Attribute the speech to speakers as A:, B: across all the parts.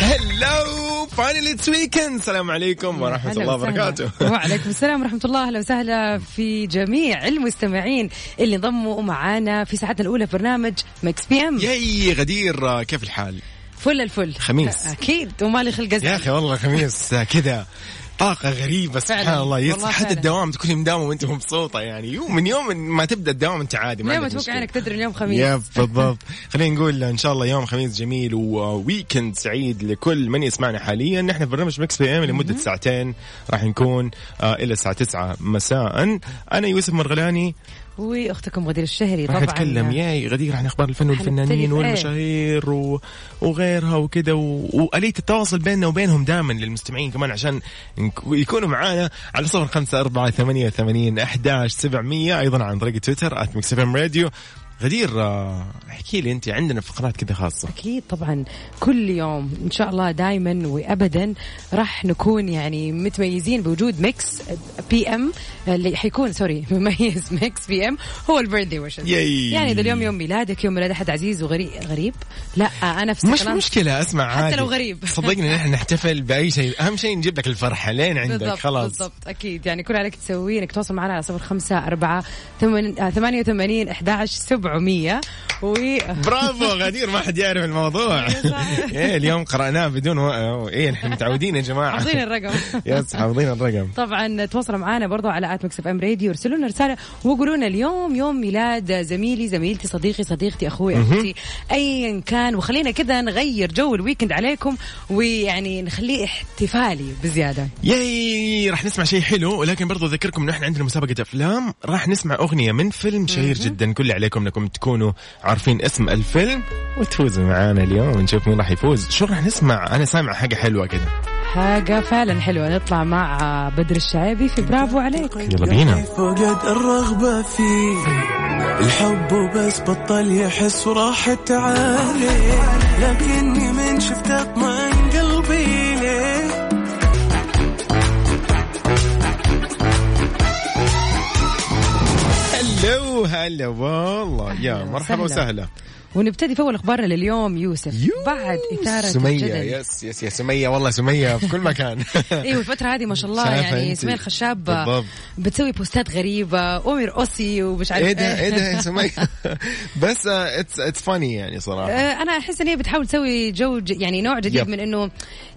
A: هلو فاينلي اتس ويكند السلام عليكم ورحمة
B: هلا
A: الله
B: وسهلا.
A: وبركاته
B: وعليكم السلام ورحمة الله أهلا وسهلا في جميع المستمعين اللي انضموا معانا في ساعتنا الأولى في برنامج مكس بي ام
A: ياي غدير آه، كيف الحال؟
B: فل الفل
A: خميس.
B: أكيد ومالي خلق
A: يا
B: أزعل.
A: اخي والله خميس كذا طاقة غريبة سبحان
B: فعلاً.
A: الله يس
B: والله
A: حتى
B: فعلاً.
A: الدوام تكوني مداومة وانت مبسوطة يعني يوم من يوم ما تبدا الدوام انت عادي ما
B: اليوم
A: عندك
B: أتوقع
A: مشكلة.
B: عينك تدري اليوم خميس
A: يب بالضبط خلينا نقول ان شاء الله يوم خميس جميل وويكند سعيد لكل من يسمعنا حاليا نحن في برنامج مكس بي ام لمده ساعتين راح نكون آه، الى الساعه 9 مساء انا يوسف مرغلاني
B: وأختكم غدير الشهري
A: راح
B: طبعا
A: نتكلم ياي غدير عن اخبار الفن والفنانين
B: حنختلف، إيه.
A: والمشاهير و... وغيرها وكذا و... واليه التواصل بيننا وبينهم دائما للمستمعين كمان عشان نك- يكونوا معانا على صفر خمسة أربعة ثمانية وثمانين أحداش سبعمية أيضا عن طريق تويتر آت ميكس راديو غدير آه، احكي لي انت عندنا فقرات كذا خاصه
B: أكيد طبعا كل يوم إن شاء الله دائما وأبدا راح نكون يعني متميزين بوجود ميكس بي أم اللي حيكون سوري مميز ميكس بي أم هو البيرثدي ويشز
A: ياي.
B: يعني إذا اليوم يوم ميلادك يوم ميلاد أحد عزيز وغريب غريب لا آه، أنا في
A: مش
B: سكران.
A: مشكلة اسمع
B: حتى
A: عادي
B: لو غريب.
A: صدقني نحن نحتفل بأي شيء أهم شيء نجيب لك الفرحة لين عندك
B: بالضبط
A: خلاص
B: بالضبط اكيد يعني كل عليك تسويه انك تتواصل معنا على صفر خمسة أربعة ثمانية- آه، ثمانية وثمانين أحد عشر سبعمية و
A: برافو غدير ما حد يعرف الموضوع ايه اليوم قرأناه بدون و... ايه نحن متعودين يا جماعة
B: حافظين الرقم
A: يس حافظين الرقم
B: طبعا تواصلوا معنا برضو على ات مكسف ام راديو ارسلوا لنا رساله وقولوا لنا اليوم يوم ميلاد زميلي زميلتي صديقي صديقتي اخوي اختي ايا كان وخلينا كذا نغير جو الويكند عليكم ويعني نخليه احتفالي بزياده
A: ياي راح نسمع شيء حلو ولكن برضو اذكركم انه احنا عندنا مسابقة افلام راح نسمع اغنية من فيلم شهير جدا كل اللي عليكم انكم تكونوا عارفين اسم الفيلم وتفوزوا معانا اليوم ونشوف مين راح يفوز شو راح نسمع انا سامع حاجة حلوة كده
B: حاجه فعلا حلوه نطلع مع بدر الشعيبي في برافو عليك
A: يلا بينا
C: فقد الرغبة فيه الحب وبس بطل يحس وراحت عليه لكني من شفت اطمئن قلبي ليه
A: هلو هلا والله يا
B: أهلا
A: مرحبا
B: وسهلا.
A: وسهلا
B: ونبتدي في اول اخبارنا لليوم يوسف
A: يوسف.
B: بعد اثاره
A: سمية
B: الجدل إيه،
A: يس يس يا سمية والله سمية في كل مكان
B: ايوه الفترة هذه ما شاء الله
A: شايفة
B: يعني
A: أنت.
B: سمية الخشاب
A: بالضبط.
B: بتسوي بوستات غريبة أمير أوسي ومش عارف
A: ايه ده ايه ده يا سمية بس آه، اتس اتس فاني يعني صراحة
B: آه، انا احس ان هي بتحاول تسوي جو ج- يعني نوع جديد
A: يب.
B: من انه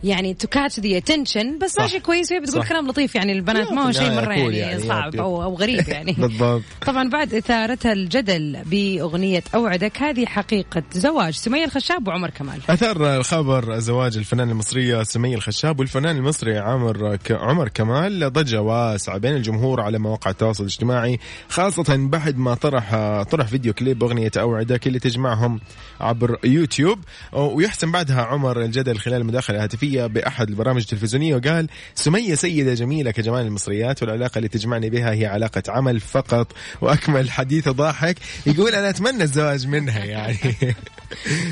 B: يعني تو كاتش ذا اتنشن بس
A: صح.
B: ماشي كويس وهي بتقول
A: صح.
B: كلام لطيف يعني البنات
A: يب،
B: ما هو شيء
A: يعني
B: مره
A: cool
B: يعني,
A: يعني، يب،
B: صعب
A: يب.
B: او او غريب يعني
A: بالضبط.
B: طبعا بعد اثارتها الجدل باغنيه اوعدك هذه حقيقه زواج سميه الخشاب وعمر كمال
A: أثار الخبر زواج الفنانة المصرية سمية الخشاب والفنان المصري عامر ك... عمر كمال ضجة واسعة بين الجمهور على مواقع التواصل الاجتماعي خاصة بعد ما طرح طرح فيديو كليب أغنية أوعدك اللي تجمعهم عبر يوتيوب ويحسن بعدها عمر الجدل خلال مداخلة هاتفية بأحد البرامج التلفزيونية وقال سمية سيدة جميلة كجمال المصريات والعلاقة اللي تجمعني بها هي علاقة عمل فقط وأكمل حديث ضاحك يقول أنا أتمنى الزواج منها يعني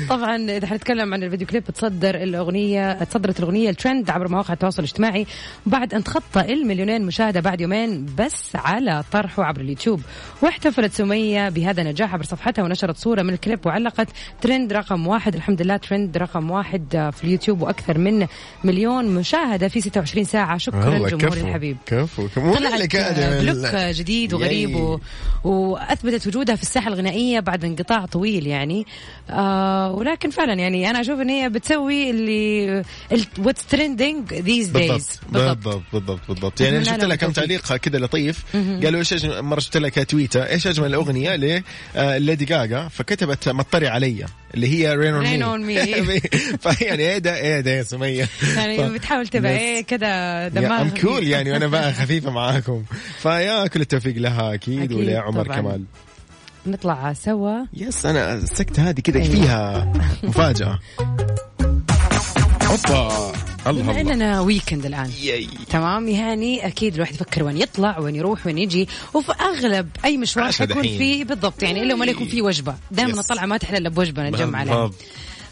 B: طبعا اذا حنتكلم عن الفيديو كليب تصدر الاغنيه تصدرت الاغنيه الترند عبر مواقع التواصل الاجتماعي بعد ان تخطى المليونين مشاهده بعد يومين بس على طرحه عبر اليوتيوب واحتفلت سميه بهذا النجاح عبر صفحتها ونشرت صوره من الكليب وعلقت ترند رقم واحد الحمد لله ترند رقم واحد آه، في اليوتيوب واكثر من مليون مشاهده في 26 ساعه شكرا جمهوري الحبيب
A: آه، كفو كفو مو يعني
B: طلعت
A: لك
B: آه،
A: هذا
B: لوك آه، جديد وغريب
A: ياي.
B: و... واثبتت وجودها في الساحه الغنائيه بعد انقطاع طويل يعني آه ولكن فعلا يعني انا اشوف ان هي بتسوي اللي واتس ترندنج ذيز دايز
A: بالضبط بالضبط بالضبط بالضبط يعني انا
B: أتمنى
A: شفت
B: لهم
A: لها كم
B: التوفيق.
A: تعليق كذا لطيف قالوا ايش أجمل- مره شفت لها كتويته ايش اجمل اغنيه ل آه، ليدي جاجا فكتبت مطري علي اللي هي رين اون
B: Rain on
A: مي فيعني ايه ده ايه ده يا سميه
B: يعني
A: ف-
B: بتحاول تبقى ايه كذا دماغها
A: ام كول
B: خفيف.
A: يعني وانا بقى خفيفه معاكم فيا كل التوفيق لها اكيد,
B: أكيد
A: ولا عمر
B: طبعاً.
A: كمال
B: نطلع سوا
A: يس انا
B: أيوه.
A: السكته هذه كذا
B: أيوة.
A: فيها مفاجاه اوبا الله
B: بما
A: الله.
B: اننا ويكند الان تمام يعني اكيد الواحد يفكر وين يطلع وين يروح وين يجي وفي اغلب اي مشوار
A: عشاء
B: حيكون
A: دحين.
B: فيه بالضبط يعني الا ما يكون فيه وجبه دائما
A: يس.
B: الطلعه ما تحلى الا بوجبه نتجمع عليها
A: بالضبط.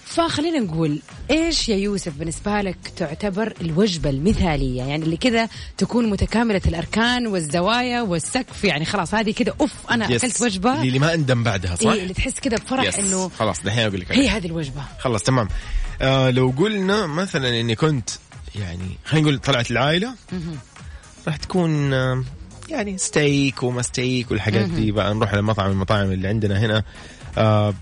B: فخلينا نقول ايش يا يوسف بالنسبه لك تعتبر الوجبه المثاليه يعني اللي كذا تكون متكامله الاركان والزوايا والسقف يعني خلاص هذه كذا اوف انا
A: يس.
B: اكلت وجبه
A: اللي ما اندم بعدها صح؟
B: إيه اللي تحس كذا بفرح
A: يس.
B: انه
A: خلاص دحين اقول لك
B: هي
A: عليها.
B: هذه الوجبه
A: خلاص تمام آه لو قلنا مثلا اني كنت يعني خلينا نقول طلعت العائله راح تكون آه، يعني ستيك وما ستيك والحاجات دي بقى نروح على مطعم من المطاعم اللي عندنا هنا آه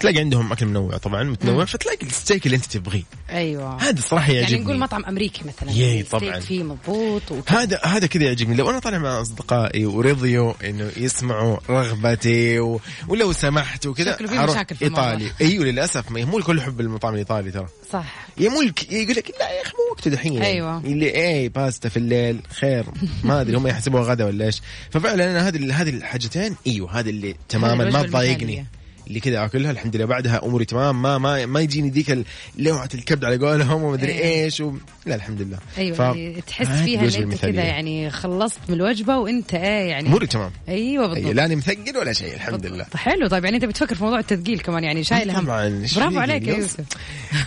A: تلاقي عندهم اكل منوع طبعا متنوع فتلاقي الستيك اللي انت تبغيه
B: ايوه
A: هذا الصراحه يعجبني
B: يعني نقول مطعم امريكي مثلا
A: ياي،
B: يعني الستيك
A: طبعاً.
B: فيه مضبوط وكذا
A: هذا هذا كذا يعجبني لو انا طالع مع اصدقائي ورضيوا انه يسمعوا رغبتي و... ولو سمحتوا كذا
B: شكله في
A: هروح
B: مشاكل في الموضوع.
A: ايطالي ايوه للاسف ما مو الكل يحب المطعم الايطالي ترى
B: صح
A: يا ملك يقول لك لا يا اخي مو وقته دحين يعني.
B: أيوة.
A: اللي ايه باستا في الليل خير ما ادري هم يحسبوها غدا ولا ايش ففعلا انا هذه هذه الحاجتين ايوه هذا اللي تماما ما
B: الوجبة
A: تضايقني
B: المثالية.
A: اللي كذا اكلها الحمد لله بعدها اموري تمام ما ما ما يجيني ذيك لوعه الكبد على قولهم وما ادري
B: أيوة.
A: ايش و... لا الحمد لله
B: ايوه
A: ف-
B: يعني تحس
A: هذه
B: فيها
A: الوجبة
B: ان انت
A: المثالية.
B: كذا يعني خلصت من الوجبه وانت ايه يعني
A: اموري تمام
B: ايوه
A: أي
B: بالضبط
A: لاني مثقل ولا شيء الحمد لله
B: بالضبط. حلو طيب يعني انت بتفكر في موضوع التثقيل كمان يعني شايل هم
A: طبعاً، إيش
B: برافو
A: فيه؟
B: عليك يا
A: يس.
B: يوسف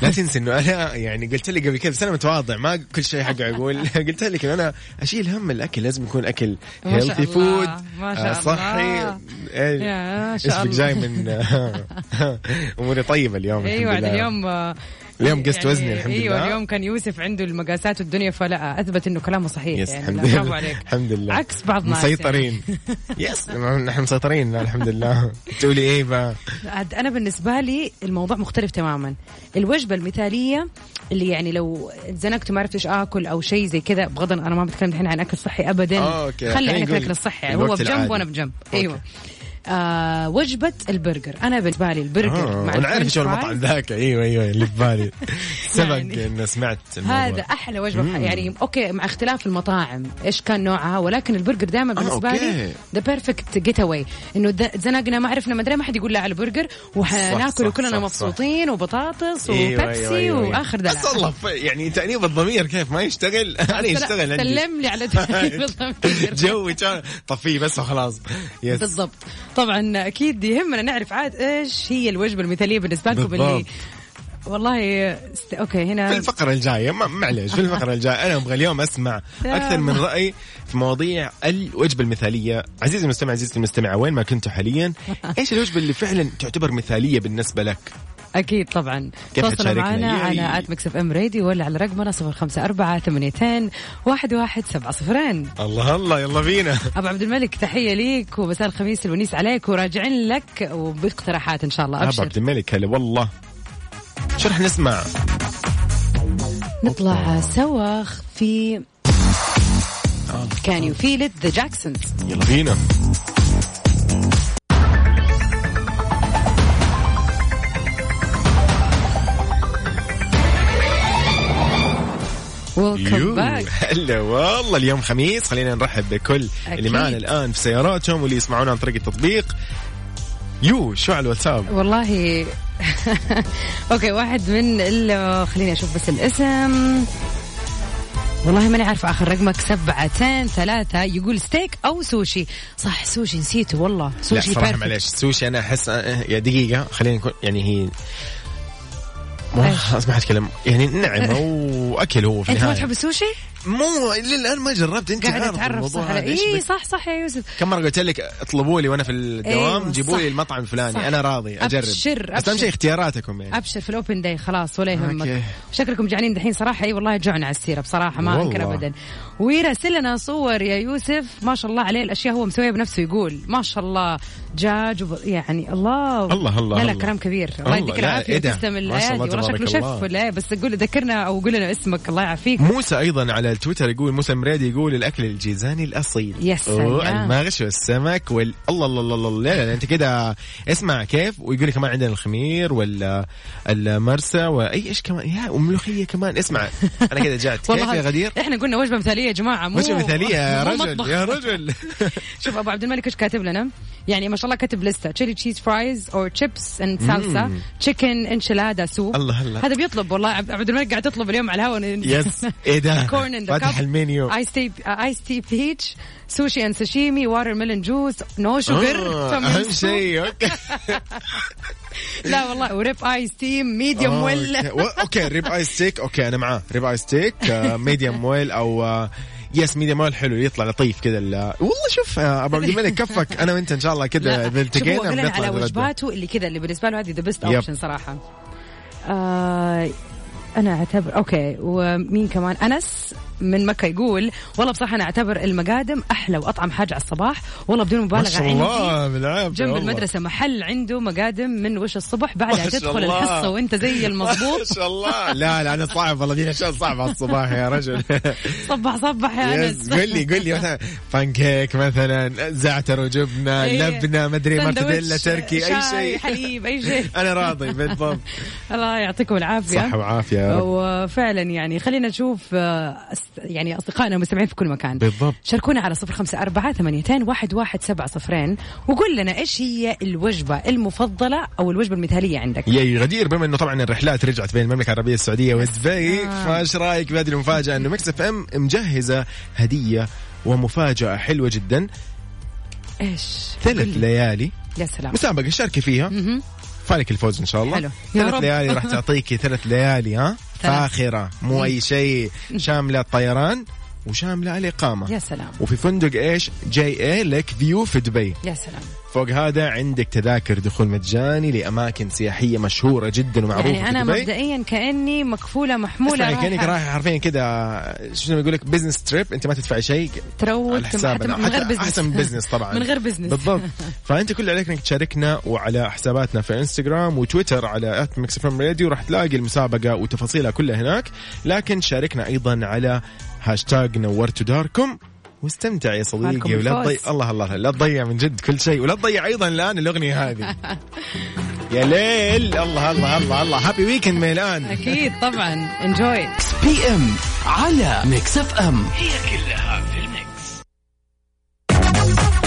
A: لا تنسى انه انا يعني قلت لي قبل كذا بس انا متواضع ما كل شيء حق اقول قلت لك انه انا اشيل هم الاكل لازم يكون اكل
B: ما شاء
A: هيلثي فود
B: الله، ما شاء
A: آه، صحي
B: الله.
A: إيه،
B: يا شاء
A: اسمك
B: الله.
A: جاي من اموري طيبه اليوم
B: ايوه
A: الحمد
B: عاد
A: لله.
B: اليوم
A: اليوم قست وزني الحمد
B: ايوه
A: لله.
B: اليوم كان يوسف عنده المقاسات والدنيا فلا اثبت انه كلامه صحيح
A: يس
B: يعني
A: الحمد
B: لا،
A: لله
B: برافو عليك
A: الحمد لله
B: عكس بعض الناس يعني.
A: مسيطرين يس نحن مسيطرين لا، الحمد لله تقولي ايه بقى
B: عاد انا بالنسبه لي الموضوع مختلف تماما الوجبه المثاليه اللي يعني لو اتزنقت وما عرفت ايش اكل او شيء زي كذا بغض النظر- انا ما بتكلم الحين عن اكل صحي ابدا
A: آه، أوكي.
B: خلي
A: خلينا
B: عن
A: نقول
B: الاكل الصحي يعني هو
A: الوقت
B: بجنب
A: العادي.
B: وانا بجنب
A: أوكي.
B: ايوه آه وجبه البرجر انا بالنسبه لي البرجر
A: آه،
B: مع
A: انا عارف
B: الفرنش
A: شو
B: فرايز
A: المطعم ذاك ايوه ايوه اللي في بالي سبق
B: يعني
A: اني سمعت الموضوع
B: هذا احلى وجبه بح- يعني اوكي مع اختلاف المطاعم ايش كان نوعها ولكن البرجر دائما بالنسبه لي
A: آه، أوكي.
B: ذا بيرفكت جيت اواي انه د- زنقنا ما عرفنا ما ادري ما حد يقول لا على البرجر
A: صح،
B: وحناكل
A: صح،
B: وكلنا
A: صح،
B: مبسوطين وبطاطس
A: أيوة،
B: وبيبسي
A: أيوة، أيوة، أيوة.
B: واخر دلع
A: بس والله ف- يعني تأنيب الضمير كيف ما يشتغل انا يشتغل عندي
B: سلم لي على تأنيب الضمير.
A: جوي كان طفيه بس وخلاص يس
B: بالضبط طبعا اكيد يهمنا نعرف عاد ايش هي الوجبه المثاليه بالنسبه لكم اللي
A: بالضبط.
B: والله است... اوكي
A: في
B: هنا
A: الفقرة الجاية ما- معلش في الفقرة الجاية أنا أبغى اليوم أسمع أكثر من رأي في مواضيع الوجبة المثالية عزيزي المستمع عزيزتي المستمعة وين ما كنتوا حاليا إيش الوجبة اللي فعلا تعتبر مثالية بالنسبة لك
B: اكيد طبعا
A: كيف
B: تواصلوا
A: تشاركنا؟
B: معنا
A: ياي.
B: على ات ميكس اف ام راديو ولا على رقمنا 054 واحد واحد سبعة صفرين
A: الله الله يلا بينا
B: ابو عبد الملك تحيه ليك ومساء الخميس الونيس عليك وراجعين لك وباقتراحات ان شاء الله
A: أبو
B: ابشر
A: عبد الملك هلا والله شرح نسمع
B: نطلع سوا في كان يو فيل ذا جاكسونز
A: يلا بينا
B: ويلكم
A: يو.
B: باك
A: هلا والله اليوم خميس خلينا نرحب بكل اللي
B: أكيد.
A: معانا الان في سياراتهم واللي يسمعونا عن طريق التطبيق يو شو على الواتساب
B: والله اوكي واحد من ال- خليني اشوف بس الاسم والله ماني عارفة آخر رقمك سبعتين ثلاثة يقول ستيك أو سوشي صح سوشي نسيته والله
A: لا
B: سوشي
A: صراحه
B: perfect.
A: معلش سوشي انا احس أه، يا دقيقه خلينا نكون يعني هي ما
B: إيش؟
A: اسمع اتكلم يعني نعمه واكل هو في
B: أنت ما
A: النهايه
B: تحب السوشي؟
A: مو للان ما جربت انت
B: قاعد
A: عارف
B: أتعرف صح
A: الموضوع
B: على
A: هذا إيش
B: إيه
A: بك؟
B: صح صح يا يوسف
A: كم مره قلت لك اطلبوا لي وانا في الدوام
B: أيوة،
A: جيبوا لي
B: صح.
A: المطعم
B: صح.
A: الفلاني انا راضي اجرب
B: أبشر،
A: بس اهم
B: أبشر.
A: شيء اختياراتكم يعني
B: ابشر في الاوبن داي خلاص ولا يهمك
A: أوكي.
B: شكلكم جعانين دحين صراحه اي والله جوعنا على السيره بصراحه ما انكر
A: والله.
B: ابدا ويراسل لنا صور يا يوسف ما شاء الله عليه الاشياء هو مسويها بنفسه يقول ما شاء الله دجاج وب... يعني الله
A: الله الله
B: لا لا
A: الله.
B: كلام كبير الله
A: الله،
B: يديك
A: لا،
B: العافيه
A: إيه ده؟
B: وتسلم
A: ما شاء
B: الايادي
A: الله
B: والله
A: تبارك
B: شكله
A: الله.
B: شيف ولا إيه؟ بس قول ذكرنا او قول لنا اسمك الله يعافيك
A: موسى ايضا على التويتر يقول موسى مريدي يقول الاكل الجيزاني الاصيل
B: يا سلام.
A: أوه، المغش والسمك وال الله الله الله الله لا لا لا، انت كده اسمع كيف ويقول لك كمان عندنا الخمير ولا المرسى واي ايش كمان يا وملوخيه كمان اسمع انا كده جعت كيف يا غدير؟
B: احنا قلنا وجبه مثاليه يا جماعه مو
A: وجبه مثاليه يا
B: مو
A: رجل
B: مطبخ.
A: يا رجل
B: شوف ابو عبد الملك ايش كاتب لنا يعني ما شاء الله كاتب لسته تشيلي تشيز فرايز اور تشيبس اند سالسا تشيكن انشلادا سوب
A: الله الله.
B: هذا بيطلب والله عبد عبد الملك قاعد يطلب اليوم على الهواء
A: يس ايه ده
B: كورن ان ذا
A: فتح المنيو
B: ايس تي ايس تي بيتش سوشي اند ساشيمي واتر ميلون جوز نو
A: آه،
B: شوجر
A: اهم شيء اوكي
B: لا والله وريب ايس تي ميديوم ويل
A: آه، أوكي. و- اوكي ريب اي ستيك اوكي انا معاه ريب اي ستيك ميديوم ويل او آه، يس ميديوم ويل حلو يطلع لطيف كذا ال- والله شوف آه، ابو عبد الملك كفك انا وانت ان شاء الله كذا اذا
B: شوفوا
A: التقينا
B: قلنا على
A: بنطلع نتغدى.
B: وجباته اللي كذا اللي بالنسبه له هذه ذا بيست
A: يب.
B: اوبشن صراحه آه انا اعتبر اوكي ومين كمان انس من مكه يقول والله بصراحه انا اعتبر المقادم احلى واطعم حاجه على الصباح والله بدون
A: ما
B: مبالغه
A: شاء
B: عندي
A: الله بالعافيه
B: جنب
A: والله.
B: المدرسة محل عنده مقادم من وش الصبح
A: ما
B: بعدها
A: شاء
B: تدخل
A: الله.
B: الحصة وانت زي
A: ما
B: المضبوط
A: شاء الله لا لا انا صعب والله دي اشياء صعبه على الصباح يا رجل
B: صبح صبح يا
A: يس،
B: انس
A: قل لي قل لي مثلا بانكيك مثلا زعتر وجبنه
B: إيه.
A: لبنه مدري
B: سندوتش،
A: مرتديلا تركي اي
B: شاي،
A: شيء
B: حليب اي شيء
A: انا راضي بالضبط
B: الله يعطيكم العافية
A: صحة وعافية يا رب.
B: وفعلا يعني خلينا نشوف آه، أس- يعني أصدقائنا المستمعين في كل مكان
A: بالضبط.
B: شاركونا على صفر خمسة أربعة ثمانيتين واحد واحد سبعة صفرين وقول لنا إيش هي الوجبة المفضلة أو الوجبة المثالية عندك
A: يا غدير بما انه طبعا الرحلات رجعت بين المملكه العربيه السعوديه ودبي
B: آه.
A: فايش رايك بهذه المفاجاه انه مكس اف ام مجهزه هديه ومفاجاه حلوه جدا
B: إيش
A: ثلاث
B: قل لي.
A: ليالي
B: يا سلام
A: مسابقه شاركي فيها فالك الفوز ان شاء الله
B: حلو. يا
A: ثلاث
B: رب.
A: ليالي راح تعطيكي ثلاث ليالي ها
B: ثلاث.
A: فاخره مو اي شيء شامله الطيران وشامله الاقامه
B: يا سلام
A: وفي فندق ايش جي اي لك فيو في دبي
B: يا سلام
A: فوق هذا عندك تذاكر دخول مجاني لاماكن سياحيه مشهوره جدا ومعروفه
B: يعني أنا
A: في دبي.
B: مبدئيا كأني مكفولة محمولة
A: اسمعي
B: رايحة.
A: كانك رايح حرفيا كده شنو يقول لك بزنس تريب انت ما تدفعي شيء
B: تروت
A: على
B: حتى
A: حسابنا
B: من غير
A: حتى
B: بزنس
A: احسن من بزنس طبعا
B: من غير بزنس.
A: بالضبط فانت كل اللي عليك انك تشاركنا وعلى حساباتنا في انستغرام وتويتر على ات ميكس راديو راح تلاقي المسابقه وتفاصيلها كلها هناك لكن شاركنا ايضا على هاشتاج نورتوا داركم واستمتع يا
B: مالكم
A: صديقي ولا
B: الفوز.
A: تضيع الله الله لا تضيع من جد كل شيء ولا تضيع ايضا الان الاغنيه هذه يا ليل الله الله الله الله هابي ويكند من الان
B: أكيد طبعا انجوي
D: ميكس بي ام على ميكس اف ام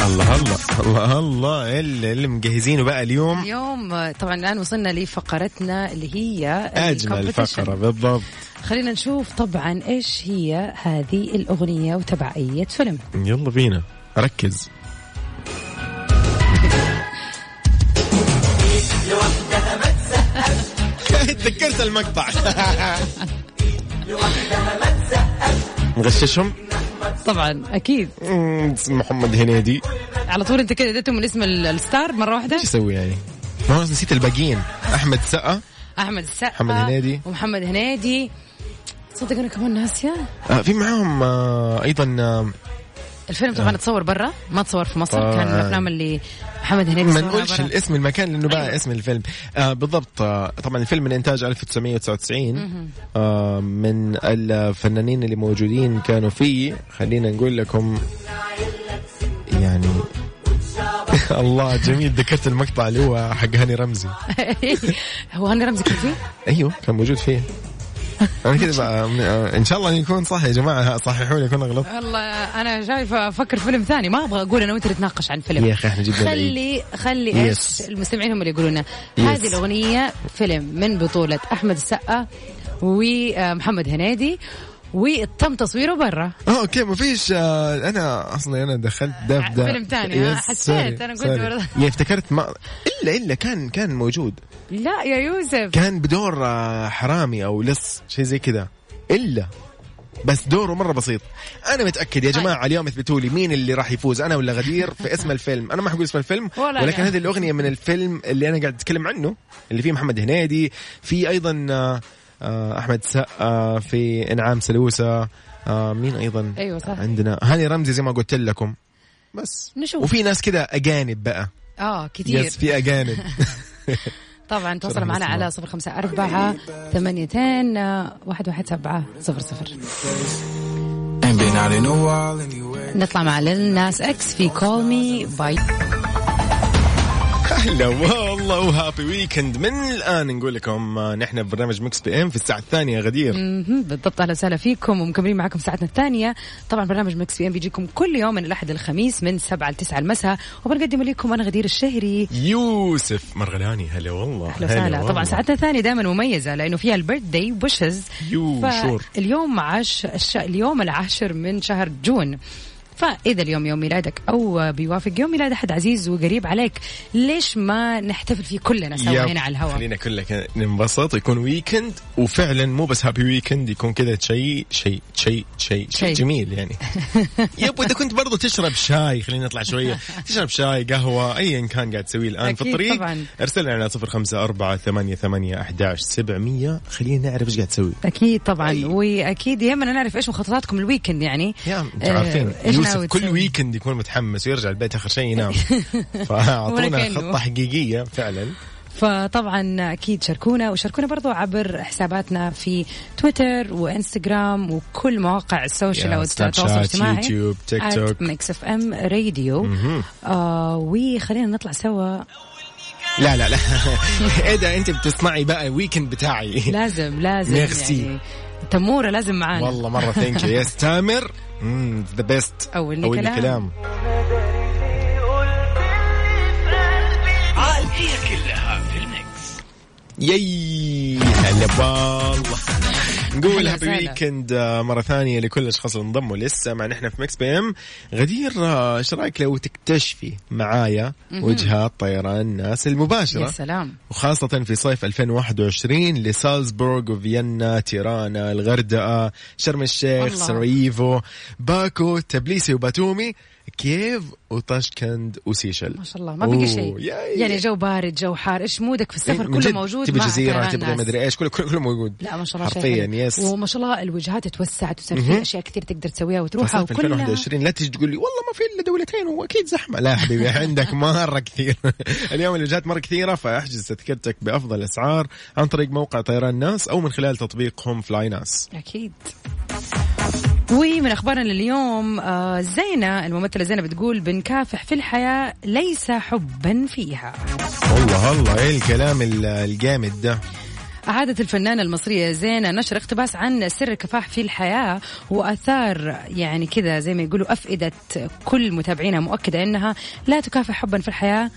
A: الله الله الله الله اللي, اللي مجهزينه بقى اليوم
B: اليوم آه، طبعا الآن وصلنا لفقرتنا اللي هي
A: اجمل
B: الcompetition.
A: فقره بالضبط
B: خلينا نشوف طبعا ايش هي هذه الاغنيه وتبع اي فيلم
A: يلا بينا ركز تذكرت المقطع مغششهم
B: طبعا اكيد
A: مم، اسم محمد هنيدي ايش
B: على طول انت كده اديته من اسم ال- الستار مره واحده
A: يسوي يعني؟ ما هو نسيت الباقيين احمد سقا
B: احمد السقا
A: محمد هنيدي.
B: ومحمد هنيدي تصدق انا كمان ناسيه
A: آه، في معاهم آه، ايضا آه،
B: الفيلم طبعا تصور برا ما تصور في مصر كان من
A: طبعاً.
B: الافلام اللي محمد هنيدي
A: ما
B: صورها
A: نقولش
B: برا.
A: الاسم المكان لانه بقى اسم الفيلم آه بالضبط آه طبعا الفيلم من انتاج 1999 آه من الفنانين اللي موجودين كانوا فيه خلينا نقول لكم يعني الله جميل ذكرت المقطع اللي هو حق هاني رمزي
B: هو هاني رمزي كان فيه؟
A: ايوه كان موجود فيه انا كذا بقى آه، ان شاء الله يكون صح يا جماعه صححوا لي كنا غلط
B: والله انا شايفه افكر فيلم ثاني ما ابغى اقول انا وانت نتناقش عن فيلم
A: يا أخي إحنا جبنا
B: خلي خلي
A: Yes.
B: ايش المستمعين هم اللي يقولون هذه الاغنيه فيلم من بطوله احمد السقا ومحمد هنيدي وتم تصويره برا
A: اه اوكي ما فيش آه انا اصلا انا دخلت دف ده
B: فيلم تاني،
A: يس،
B: آه، حسيت،
A: سوري،
B: أنا قلت
A: سوري.
B: برضه.
A: يا افتكرت ما الا الا كان كان موجود
B: لا يا يوسف
A: كان بدور آه، حرامي او لص شيء زي كذا الا بس دوره مره بسيط انا متاكد يا
B: طيب.
A: جماعه اليوم اثبتوا لي مين اللي راح يفوز انا ولا غدير في اسم الفيلم انا ما حقول اسم الفيلم
B: ولا
A: ولكن
B: أنا.
A: هذه الاغنيه من الفيلم اللي انا قاعد اتكلم عنه اللي فيه محمد هنيدي في ايضا آه، آه، احمد سقا في انعام سلوسه آه، مين ايضا
B: أيوة صح.
A: عندنا هاني رمزي زي ما قلت لكم بس
B: نشوف.
A: وفي ناس كذا اجانب بقى
B: اه كثير
A: يس في اجانب
B: طبعا تواصلوا
A: شرح
B: معنا
A: الاسماء.
B: على صفر خمسة أربعة ثمانيتين واحد واحد سبعة صفر صفر
C: Been out in a while anyway.
B: نطلع مع للناس اكس في كول مي باي
A: هلا والله وهابي ويكند من الان نقول لكم آه، نحن في برنامج مكس بي ام في الساعه الثانيه غدير
B: مهم. بالضبط اهلا وسهلا فيكم ومكملين معكم ساعتنا الثانيه طبعا برنامج مكس بي ام بيجيكم كل يوم من الاحد للخميس من 7 ل 9 المساء وبنقدم لكم انا غدير الشهري
A: يوسف مرغلاني هلا والله
B: اهلا وسهلا طبعا
A: ساعتنا
B: ساعتنا الثانيه دائما مميزه لانه فيها البيرث داي ويشز
A: يو، شور.
B: اليوم عش... الش... اليوم العاشر من شهر جون فاذا اليوم يوم ميلادك او بيوافق يوم ميلاد احد عزيز وقريب عليك ليش ما نحتفل فيه كلنا سوا هنا على الهواء
A: خلينا كلنا ننبسط يكون ويكند وفعلا مو بس هابي ويكند يكون كذا شيء شيء شيء شيء
B: شيء.
A: شيء جميل يعني يب واذا كنت برضو تشرب شاي خلينا نطلع شويه تشرب شاي قهوه ايا كان قاعد تسويه الان في
B: أكيد
A: الطريق
B: طبعاً.
A: ارسل لنا على 0548811700 خلينا نعرف ايش قاعد تسوي
B: اكيد طبعا
A: أي.
B: واكيد يهمنا نعرف ايش مخططاتكم الويكند يعني
A: يا انتوا
B: آه،
A: عارفين
B: إيش
A: يوسف
B: ناوي
A: كل
B: تسوي؟
A: ويكند يكون متحمس ويرجع البيت اخر شيء ينام فاعطونا
B: ولا كأنه.
A: خطه حقيقيه فعلا
B: فطبعا اكيد شاركونا وشاركونا برضو عبر حساباتنا في تويتر وانستغرام وكل مواقع السوشيال
A: يا
B: او
A: سناب
B: التواصل
A: شات،
B: الاجتماعي
A: يوتيوب، تيك توك.
B: ميكس اف ام راديو آه وخلينا نطلع سوا
A: لا لا لا ايه ده انت بتصنعي بقى ويكند بتاعي
B: لازم لازم
A: ميرسي.
B: يعني تموره لازم معانا
A: والله مره ثانك يو يا تامر ذا بيست
B: أولني كلام.
A: كلام
D: عائلية كلها في المكس
A: ياي هلا والله نقول
B: هلا
A: هابي
B: وسهلا.
A: ويكند آه، مره ثانيه لكل الاشخاص اللي انضموا لسه معنا احنا في مكس بي ام غدير آه، ايش رايك لو تكتشفي معايا وجهات طيران ناس
B: يا
A: المباشره
B: سلام
A: وخاصة في صيف 2021 لسالزبورغ وفيينا تيرانا الغردقة شرم الشيخ
B: الله.
A: سراييفو باكو تبليسي وباتومي كييف وطشكند وسيشل
B: ما شاء الله ما بقى
A: أوه،
B: شيء
A: ياي. إيه،
B: يعني جو بارد جو حار ايش مودك في السفر
A: من
B: كله
A: جد
B: موجود
A: تبي
B: مع
A: جزيرة
B: طيران
A: تبي
B: ناس.
A: مدري ايش كله كله كله موجود
B: لا ما شاء الله شيء
A: حرفيا
B: حلو.
A: يس
B: وما شاء الله الوجهات توسعت وصار في
A: مهم.
B: اشياء كثير تقدر تسويها وتروحها
A: فصيف
B: وكلها
A: 2021 لا تجي تقول لي والله ما في الا دولتين واكيد زحمه لا حبيبي عندك مره كثير اليوم الوجهات مره كثيره فاحجز تذكرتك بافضل اسعار عن طريق موقع طيران ناس او من خلال تطبيقهم فلاي ناس
B: أكيد ومن أخبارنا لليوم آه، زينة الممثلة زينة بتقول بنكافح في الحياة ليس حبا فيها
A: والله الله ايه الكلام ال- الجامد ده
B: أعادت الفنانة المصرية زينة نشر اقتباس عن سر الكفاح في الحياة وأثار يعني كذا زي ما يقولوا أفئدة كل متابعينها مؤكدة أنها لا تكافح حبا في الحياة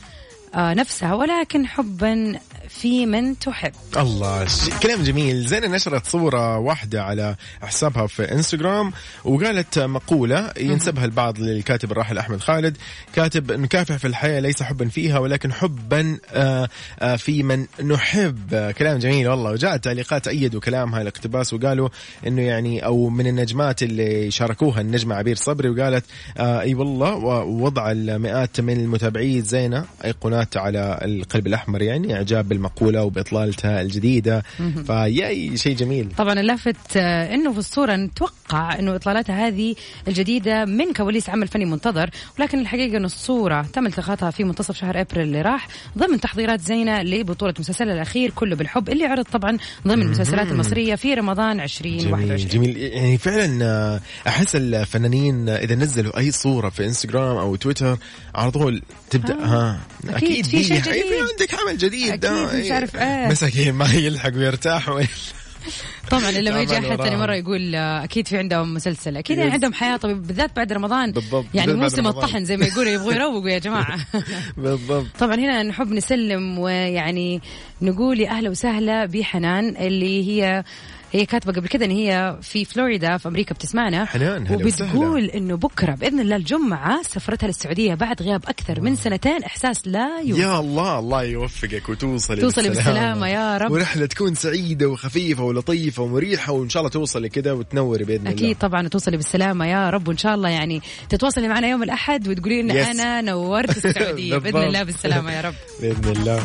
B: آه، نفسها ولكن حبا في من تحب
A: الله ش... كلام جميل زينة نشرت صورة واحدة على حسابها في انستغرام وقالت مقولة ينسبها البعض للكاتب الراحل أحمد خالد كاتب نكافح في الحياة ليس حبا فيها ولكن حبا آه، آه، في من نحب آه، كلام جميل والله وجاء تعليقات أيدوا كلامها الاقتباس وقالوا أنه يعني أو من النجمات اللي شاركوها النجمة عبير صبري وقالت آه، أي والله ووضع المئات من المتابعين زينة أيقونات على القلب الأحمر يعني إعجاب بالمقولة وبإطلالتها الجديدة فياي شيء جميل
B: طبعا اللافت آه، انه في الصوره نتوقع انه اطلالاتها هذه الجديده من كواليس عمل فني منتظر ولكن الحقيقه ان الصوره تم التقاطها في منتصف شهر ابريل اللي راح ضمن تحضيرات زينه لبطوله مسلسلها الاخير كله بالحب اللي عرض طبعا ضمن المسلسلات المصريه في رمضان 2021
A: جميل جميل يعني فعلا آه، احس الفنانين اذا نزلوا اي صوره في انستغرام او تويتر على طول تبدا
B: آه،
A: ها
B: أكيد في شيء
A: أي- في
B: جديد.
A: عندك عمل جديد آه،
B: أكيد، مش عارف إيه.
A: مساكين ما يلحق ويرتاح
B: طبعا لما يجي
A: عمل
B: احد ثاني
A: وراها.
B: مره يقول آه، اكيد في عندهم مسلسل اكيد يعني
A: يس.
B: عندهم حياه طبيب بالذات بعد رمضان
A: بالضبط،
B: يعني
A: بالذات بعد
B: موسم
A: رمضان.
B: الطحن زي ما يقولوا يبغوا يروقوا يا جماعه
A: بالضبط
B: طبعا هنا نحب نسلم ويعني نقول يا اهلا وسهلا بحنان اللي هي هي كاتبه قبل كده ان هي في فلوريدا في امريكا بتسمعنا
A: حنان، هلا
B: وبتقول انه بكره باذن الله الجمعه سفرتها للسعوديه بعد غياب اكثر من سنتين احساس لا يوصف
A: يا الله الله يوفقك وتوصلي
B: توصلي أيوه. بالسلامة يا رب.
A: ورحلة تكون سعيدة وخفيفة ولطيفة ومريحة وإن شاء الله توصلي كده وتنوري بإذن الله
B: اكيد طبعا توصلي بالسلامه يا رب وان شاء الله يعني تتواصلي معنا يوم الاحد وتقولي ان
A: Yes.
B: انا نورت السعوديه باذن
A: بالضبط.
B: الله بالسلامه يا رب
A: بإذن الله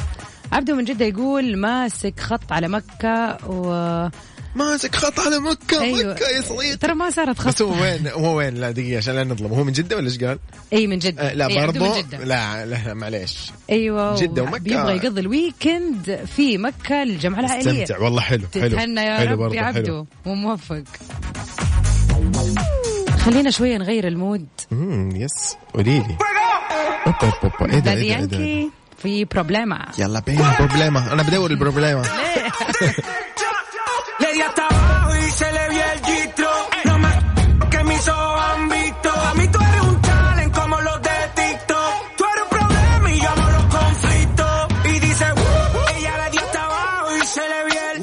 B: عبده من جده يقول ماسك خط على مكه و
A: ماسك خط على مكة
B: أيوه.
A: مكة يا صديق
B: ترى ما صارت خط
A: بس هو وين هو وين لا دقيقة عشان لا نظلم هو من جدة ولا ايش قال؟
B: اي من جد يعني
A: آه لا
B: أي عبده
A: برضه
B: من جدة.
A: لا لا معليش
B: ايوه
A: جدة ومكة.
B: بيبغى يقضي الويكند في مكه الجمعه العائليه
A: استمتع والله حلو حلو
B: تتهنى يا
A: حلو
B: رب
A: برضه،
B: يا
A: حلو.
B: عبدو وموفق خلينا شوية نغير المود
A: امم يس قولي لي اوبا أوبا، أوبا. ايه ده
B: دادي
A: ايه ده إيه
B: يانكي في بروبليما
A: ده؟ يلا بينا بروبليما انا بدور البروبليما
C: Le di hasta abajo y se le vio el gistro. No me que mis ojos han visto. A mí tú eres un talent como los de TikTok. Tú eres un problema y yo amo los conflictos. Y dice, "Uh, uh". ella le di hasta abajo y se le vio el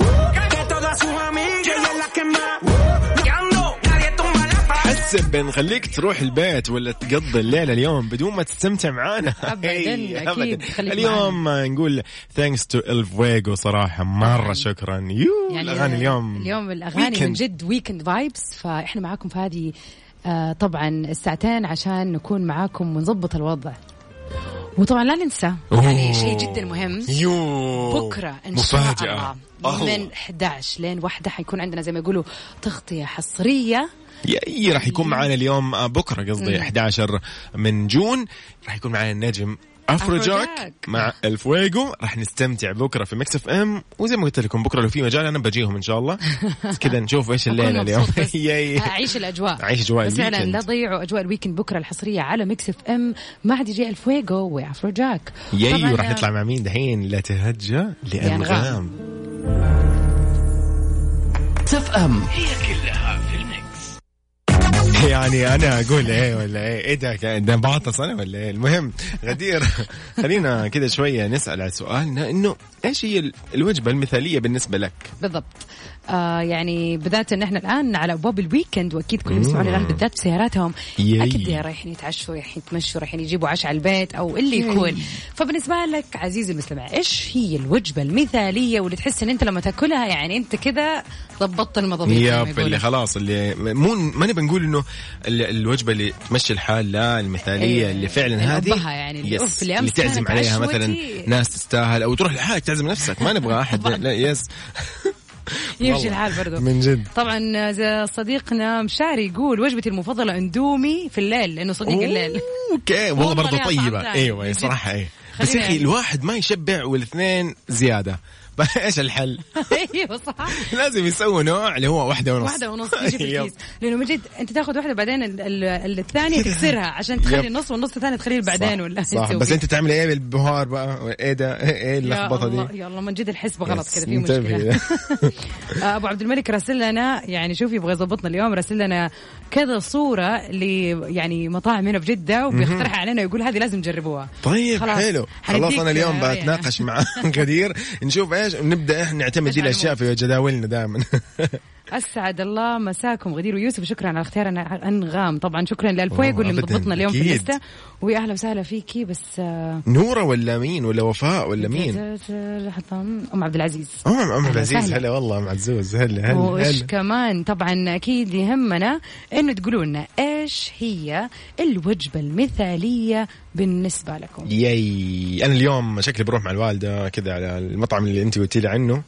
C: de todas sus amigas. Ella es la que más. Y ando, nadie tumba la paz.
A: حسب بنخليك تروح البيت ولا تقضي الليله اليوم بدون ما تستمتع معانا
B: أبداً،
A: إي،
B: أكيد،
A: أبداً.
B: خليك
A: اليوم نقول ثانكس تو الفويجو صراحه مره شكرا يو الاغاني اليوم
B: أمم. يعني اليوم الاغاني
A: weekend.
B: من جد ويكند فايبس فاحنا معاكم في هذه آه، طبعا الساعتين عشان نكون معاكم ونظبط الوضع وطبعا لا ننسى يعني
A: أوه. إيه.
B: شيء جدا مهم
A: يو
B: بكره ان شاء
A: مفاجأة
B: الله من 11 لين واحدة حيكون عندنا زي ما يقولوا تغطيه حصريه
A: ياي راح يكون معنا اليوم آه، بكره قصدي 11 من جون راح يكون معنا النجم افروجاك
B: أفروجاك.
A: مع الفويجو راح نستمتع بكره في مكس اف ام وزي ما قلت لكم بكره لو في مجال انا بجيهم ان شاء الله كذا نشوف ايش الليله
B: أكون
A: اليوم
B: مبسوط بس
A: ياي
B: اعيش الاجواء
A: عيش أجواء
B: بس فعلا
A: الويكند.
B: لا تضيعوا اجواء الويكند بكره الحصريه على ميكس اف ام مع دي جي الفويجو وعفرو جاك
A: ياي
B: طبعاً،
A: وراح
B: آه،
A: نطلع مع مين دحين لا تهجى لانغام
D: تفهم
A: يعني انا اقول ايه ولا ايه ايه ده كان- ده بعطس انا ولا ايه المهم غدير خلينا كده شويه نسال على سؤالنا انه ايش هي ال- الوجبه المثاليه بالنسبه لك؟
B: بالضبط آه يعني بالذات ان احنا الان على ابواب الويكند واكيد كلهم يسمعون الان بالذات بسياراتهم
A: ياي.
B: اكيد رايحين يتعشوا رايحين يتمشوا رايحين يجيبوا عشاء على البيت او اللي يكون فبالنسبه لك عزيزي المستمع ايش هي الوجبه المثاليه واللي تحس ان انت لما تاكلها يعني انت كذا ضبطت المضابيط زي ما
A: ياب اللي
B: يقولوا.
A: خلاص اللي مو ما نبي نقول انه ال- الوجبه اللي تمشي الحال لا المثاليه
B: أيوة.
A: اللي فعلا
B: اللي
A: هذه
B: أبها يعني، اللي
A: يس،
B: أوف، اللي
A: اللي,
B: أمس
A: تعزم
B: كانت
A: عليها مثلا
B: عشوتي.
A: ناس تستاهل او تروح لحالك تعزم نفسك ما نبغى احد لا يس
B: يمشي
A: والله.
B: الحال برضو
A: من جد.
B: طبعا ز- صديقنا مشاري يقول وجبتي المفضله اندومي في الليل لانه صديق الليل
A: اوكي والله برضه
B: يا
A: طيبه
B: صعبان.
A: ايوه أيوة،
B: طيب، من جد.
A: صراحه ايه بس يا
B: خلينا-
A: اخي الواحد ما يشبع والاثنين زياده ايش الحل؟
B: ايوه صح
A: لازم يسوي نوع اللي هو واحده ونص
B: واحدة ونص تيجي في
A: يب.
B: الكيس لأنه من جد أنت تاخذ واحدة بعدين ال- ال- ال- الثانية تكسرها عشان تخلي
A: يب.
B: النص والنص الثاني تخليه بعدين
A: صح،
B: ولا
A: صح
B: يسوي.
A: بس انت تعمل ايه بالبهار بقى ايه ده ايه اللخبطه
B: يا
A: دي
B: الله يا الله من جد الحسبة غلط
A: يس،
B: كذا في
A: انتبهي.
B: مشكلة آه، أبو عبد الملك راسل لنا يعني شوف يبغى يظبطنا اليوم راسل لنا كذا صورة ل يعني مطاعم هنا بجدة وبيقترحها علينا ويقول هذه لازم تجربوها
A: طيب
B: خلاص.
A: حلو خلاص
B: حنديك،
A: انا اليوم
B: آه،
A: بتناقش مع غدير نشوف ايش نبدا احنا نعتمد دي
B: إيش
A: الاشياء في جداولنا دائما
B: اسعد الله مساكم غدير ويوسف شكرا على اختيارنا على انغام طبعا شكرا
A: أوه،
B: للفويق اللي
A: أبداً،
B: مضبطنا اليوم في
A: أكيد.
B: الليسته ويا اهلا وسهلا فيكي بس آه،
A: نوره ولا مين ولا وفاء ولا مين؟
B: لحظة، ام عبد العزيز
A: ام ام عبد
B: أهلا
A: العزيز
B: وسهلا.
A: هلا والله ام عزوز هلا هلا
B: وإيش
A: هلا
B: كمان طبعا أكيد يهمنا إنه تقولوا لنا إيش هي الوجبة المثالية بالنسبة لكم
A: ياي انا اليوم شكلي بروح مع الوالده كذا على المطعم اللي انت قلتي لي عنه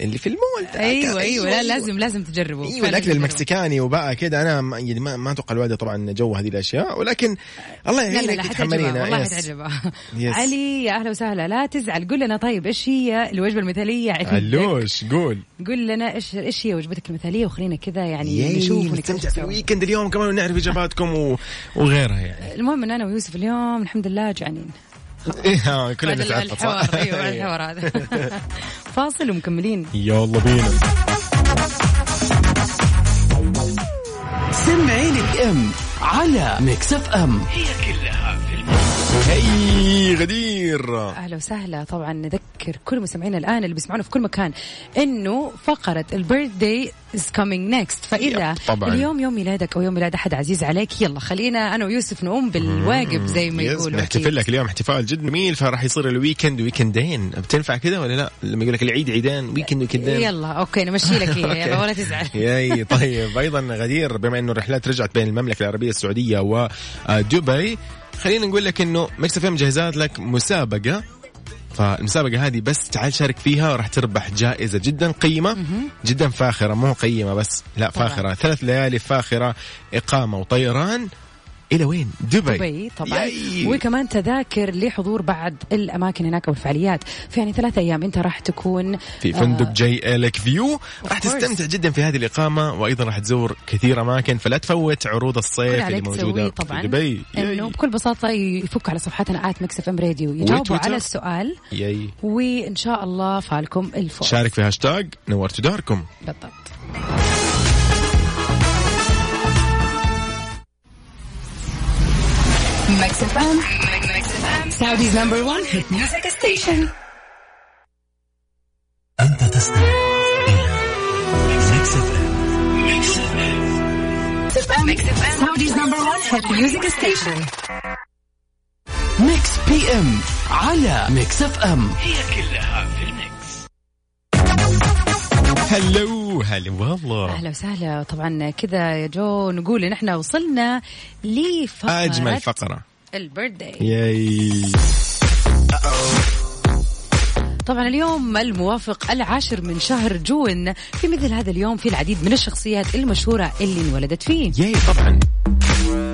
A: اللي في المول ده.
B: أيوة أيوة لا لازم لازم تجربوا
A: ايوه
B: فعلاً
A: الاكل
B: تجربوا.
A: المكسيكاني وبقى كده انا ما- يعني ما, ما اتوقع الوالده طبعا جو هذه الاشياء ولكن الله
B: لا لا
A: يعينك
B: لا حتعجبها
A: تحملينا
B: والله
A: يس.
B: حتعجبها
A: يس.
B: علي يا أهلا وسهلا لا تزعل قل لنا طيب إيش هي الوجبة المثالية عندك؟
A: علوش قول
B: قل لنا إيش إيش هي وجبتك المثالية وخلينا كذا يعني
A: ياي،
B: نشوف
A: نستمتع
B: ونكتشف
A: في
B: سوا.
A: الويكند اليوم كمان ونعرف اجاباتكم و... وغيرها يعني
B: المهم إن أنا ويوسف اليوم الحمد لله جعانين
A: إيه، آه،
B: بعد
A: كلنا نتعرف
B: الحوار ايوه بعد
A: إيه.
B: الحوار هذا فاصل ومكملين
A: يلا بينا
D: سمعينك ام على ميكس اف ام
A: هي غدير
B: اهلا وسهلا طبعا نذكر كل مستمعينا الان اللي بيسمعونا في كل مكان انه فقره البيرث داي از كامينج نيكست فاذا
A: يب، طبعاً.
B: اليوم يوم ميلادك او يوم ميلاد احد عزيز عليك يلا خلينا انا ويوسف نقوم بالواجب زي ما
A: يس،
B: يقولوا
A: نحتفل
B: أكيد.
A: لك اليوم احتفال جد جميل فراح يصير الويكند ويكندين بتنفع كده ولا لا لما يقول لك العيد عيدين ويكند ويكندين
B: يلا اوكي نمشي لك
A: أوكي.
B: اياها يلا ولا تزعل
A: ياي طيب ايضا غدير بما انه الرحلات رجعت بين المملكه العربيه السعوديه ودبي آه، خلينا نقول لك انه مكس اف مجهزات لك مسابقه فالمسابقة هذه بس تعال شارك فيها وراح تربح جائزة جدا قيمة جدا فاخرة مو قيمة بس لا
B: طبعاً.
A: فاخرة ثلاث ليالي فاخرة إقامة وطيران الى وين؟ دبي
B: دبي طبعا
A: ياي.
B: طيب، وكمان تذاكر لحضور بعض الاماكن هناك والفعاليات فيعني ثلاثة ايام انت راح تكون
A: في فندق جي الك فيو راح
B: آه. course.
A: تستمتع جدا في هذه الاقامه وايضا راح تزور كثير اماكن فلا تفوت عروض
B: كل
A: الصيف اللي
B: عليك
A: موجوده
B: تسويه
A: في
B: طبعا
A: دبي
B: انه
A: ياي.
B: بكل بساطه يفك على صفحتنا ات ميكس اف ام راديو يجاوبوا
A: وتويتر.
B: على السؤال
A: ياي
B: وان شاء الله فالكم الفوز
A: شارك في هاشتاج نورت داركم
B: بالضبط
E: Mix FM. Mix FM. Saudi's number one hit music station.
D: أنت تستمع إلى ميكس اف ام ميكس اف ام
E: Mix FM. Saudi's number one hit music station.
D: ميكس بي ام على ميكس اف ام
A: هلو هلا والله
B: اهلا وسهلا طبعا كذا يا جو نقول ان احنا وصلنا لفقره
A: اجمل فقره
B: البيرث داي
A: ياي
B: طبعا اليوم الموافق العاشر من شهر جون في مثل هذا اليوم في العديد من الشخصيات المشهوره اللي انولدت فيه
A: ياي طبعا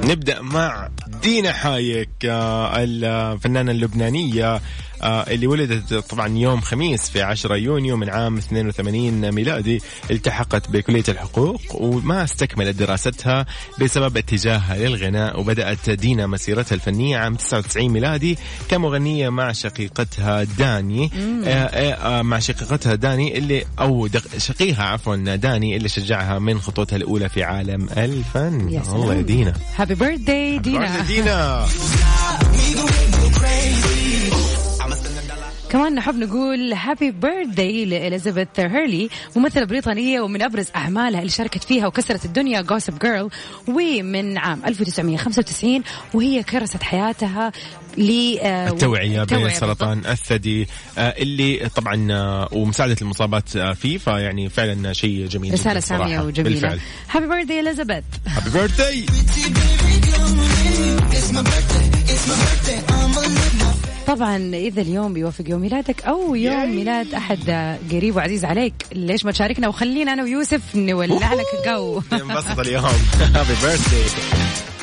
A: نبدا مع دينا حايك آه، الفنانه اللبنانيه آه، اللي ولدت طبعا يوم خميس في 10 يونيو من عام 82 ميلادي التحقت بكليه الحقوق وما استكملت دراستها بسبب اتجاهها للغناء وبدات دينا مسيرتها الفنيه عام 99 ميلادي كمغنيه مع شقيقتها داني آه، آه، آه، مع شقيقتها داني اللي او دق- شقيها عفوا داني اللي شجعها من خطوتها الاولى في عالم الفن
B: يا سلام.
A: الله يا دينا
B: هابي بيرث داي
A: عزة
B: دينا
A: دينا
B: كمان نحب نقول هابي بيرثداي لإليزابيث هيرلي ممثلة بريطانية ومن أبرز أعمالها اللي شاركت فيها وكسرت الدنيا جوسب جيرل ومن عام 1995 وهي كرست حياتها ل آه،
A: التوعية بين
B: التوعية
A: سرطان الثدي آه، اللي طبعا آه، ومساعدة المصابات آه، فيه فيعني فعلا شيء جميل
B: رسالة
A: جداً صراحة.
B: سامية وجميلة
A: بالفعل
B: هابي بيرثداي إليزابيث
A: هابي بيرثداي
B: طبعا إذا اليوم بيوافق يوم ميلادك أو يوم ميلاد أحد قريب وعزيز عليك ليش ما تشاركنا وخلينا أنا ويوسف نولع لك جو
A: انبسط اليوم هابي بيرثداي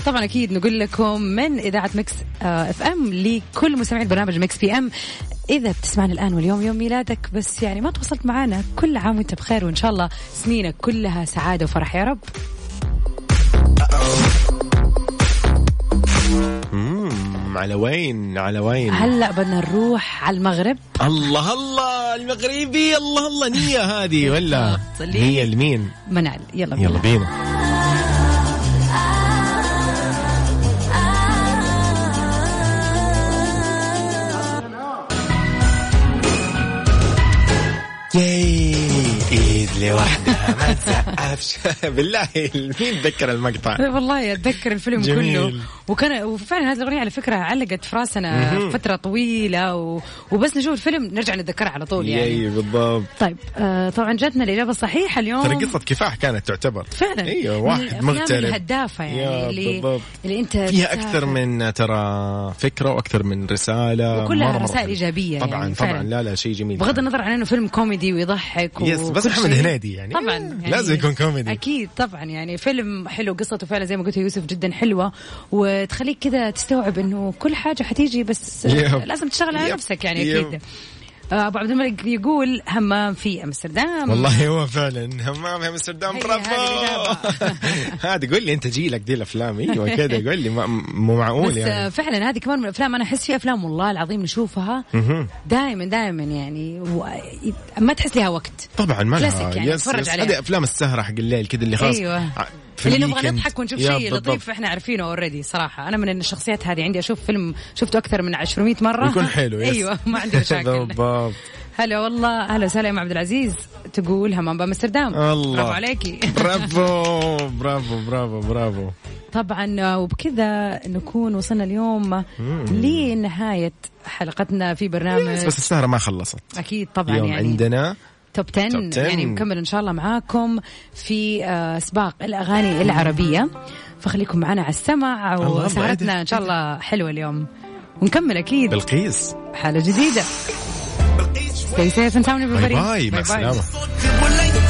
B: طبعا اكيد نقول لكم من اذاعه مكس اف ام لكل مستمعين برنامج مكس بي ام اذا بتسمعنا الان واليوم يوم ميلادك بس يعني ما تواصلت معنا كل عام وانت بخير وان شاء الله سنينك كلها سعاده وفرح يا رب
A: مم، على وين على وين
B: هلا بدنا نروح على المغرب
A: الله الله المغربي الله الله نية هذه ولا
B: بالضبط، اللي-
A: نية لمين
B: منال يلا بينا
A: يلا بينا ياي ايد لوحدها ما تزقفش بالله مين تذكر المقطع
B: إيه والله اتذكر الفيلم
A: جميل.
B: كله وكان وفعلا هذه الاغنيه على فكره علقت في راسنا فتره طويله و... وبس نشوف الفيلم نرجع نتذكرها على طول يعني
A: ياي بالضبط
B: طيب آه طبعا جتنا الاجابه الصحيحه اليوم
A: ترى قصة كفاح كانت تعتبر
B: فعلا
A: ايوه
B: من
A: واحد
B: الأفلام
A: مغترب
B: الهدافه يعني
A: يا
B: اللي,
A: بالضبط.
B: اللي انت
A: فيها
B: تسافر.
A: اكثر من ترى فكره واكثر من رساله
B: وكلها
A: مرة مرة
B: رسائل
A: حلوة.
B: إيجابية
A: طبعا
B: يعني
A: طبعا
B: فعلا.
A: لا لا شيء جميل
B: بغض النظر عن انه فيلم كوميدي ويضحك
A: يس،
B: وكل
A: يعني. بس أحمد
B: شيء.
A: هنيدي يعني.
B: طبعا
A: مم، لازم يكون كوميدي.
B: اكيد طبعا يعني فيلم حلو قصته فعلا زي ما قلت يا يوسف جدا حلوه وتخليك كذا تستوعب انه كل حاجه حتيجي بس
A: يب.
B: لازم تشتغل على
A: يب.
B: نفسك يعني
A: يب.
B: اكيد آه، ابو عبد الملك يقول همام في امستردام
A: والله هو فعلا همام يا امستردام
B: هي
A: برافو
B: هذه الإجابة.
A: هذا قول لي انت جيلك دي الافلام ايوه كذا قول لي ما- مو معقول
B: بس
A: يعني
B: آه، فعلا هذه كمان من الافلام انا احس في افلام والله العظيم نشوفها دائما دائما يعني و... ما تحس لها وقت
A: طبعا ما لها
B: كلاسيك يعني، نتفرج عليها.
A: هذه افلام السهره حق الليل كذا اللي خلاص
B: أيوة.
A: ع- في
B: اللي نبغى
A: الويكند.
B: نضحك ونشوف
A: يا
B: شيء
A: بالضبط.
B: لطيف احنا عارفينه اوريدي صراحه انا من الشخصيات هذه عندي اشوف فيلم شفته اكثر من 200 مره
A: ويكون حلو يس.
B: ايوه ما عندي مشاكل
A: بالضبط
B: هلا والله هلا وسهلا يا أم عبد العزيز تقول همام بامستردام
A: الله.
B: برافو عليكي
A: برافو برافو برافو برافو
B: طبعا وبكذا نكون وصلنا اليوم لنهايه حلقتنا في برنامج
A: بس السهره ما خلصت
B: اكيد طبعا
A: اليوم
B: يعني
A: عندنا
B: توب 10,
A: توب 10.
B: يعني مكمل ان شاء الله معاكم في آه، سباق الاغاني العربيه فخليكم معنا على السمع
A: الله،
B: وسهرتنا
A: بعدها.
B: ان شاء الله حلوه اليوم ونكمل اكيد
A: بلقيس
B: حاله جديده Stay safe and sound
A: باي
B: everybody.
A: باي مع
B: Bye bye.
A: السلامه
D: والليل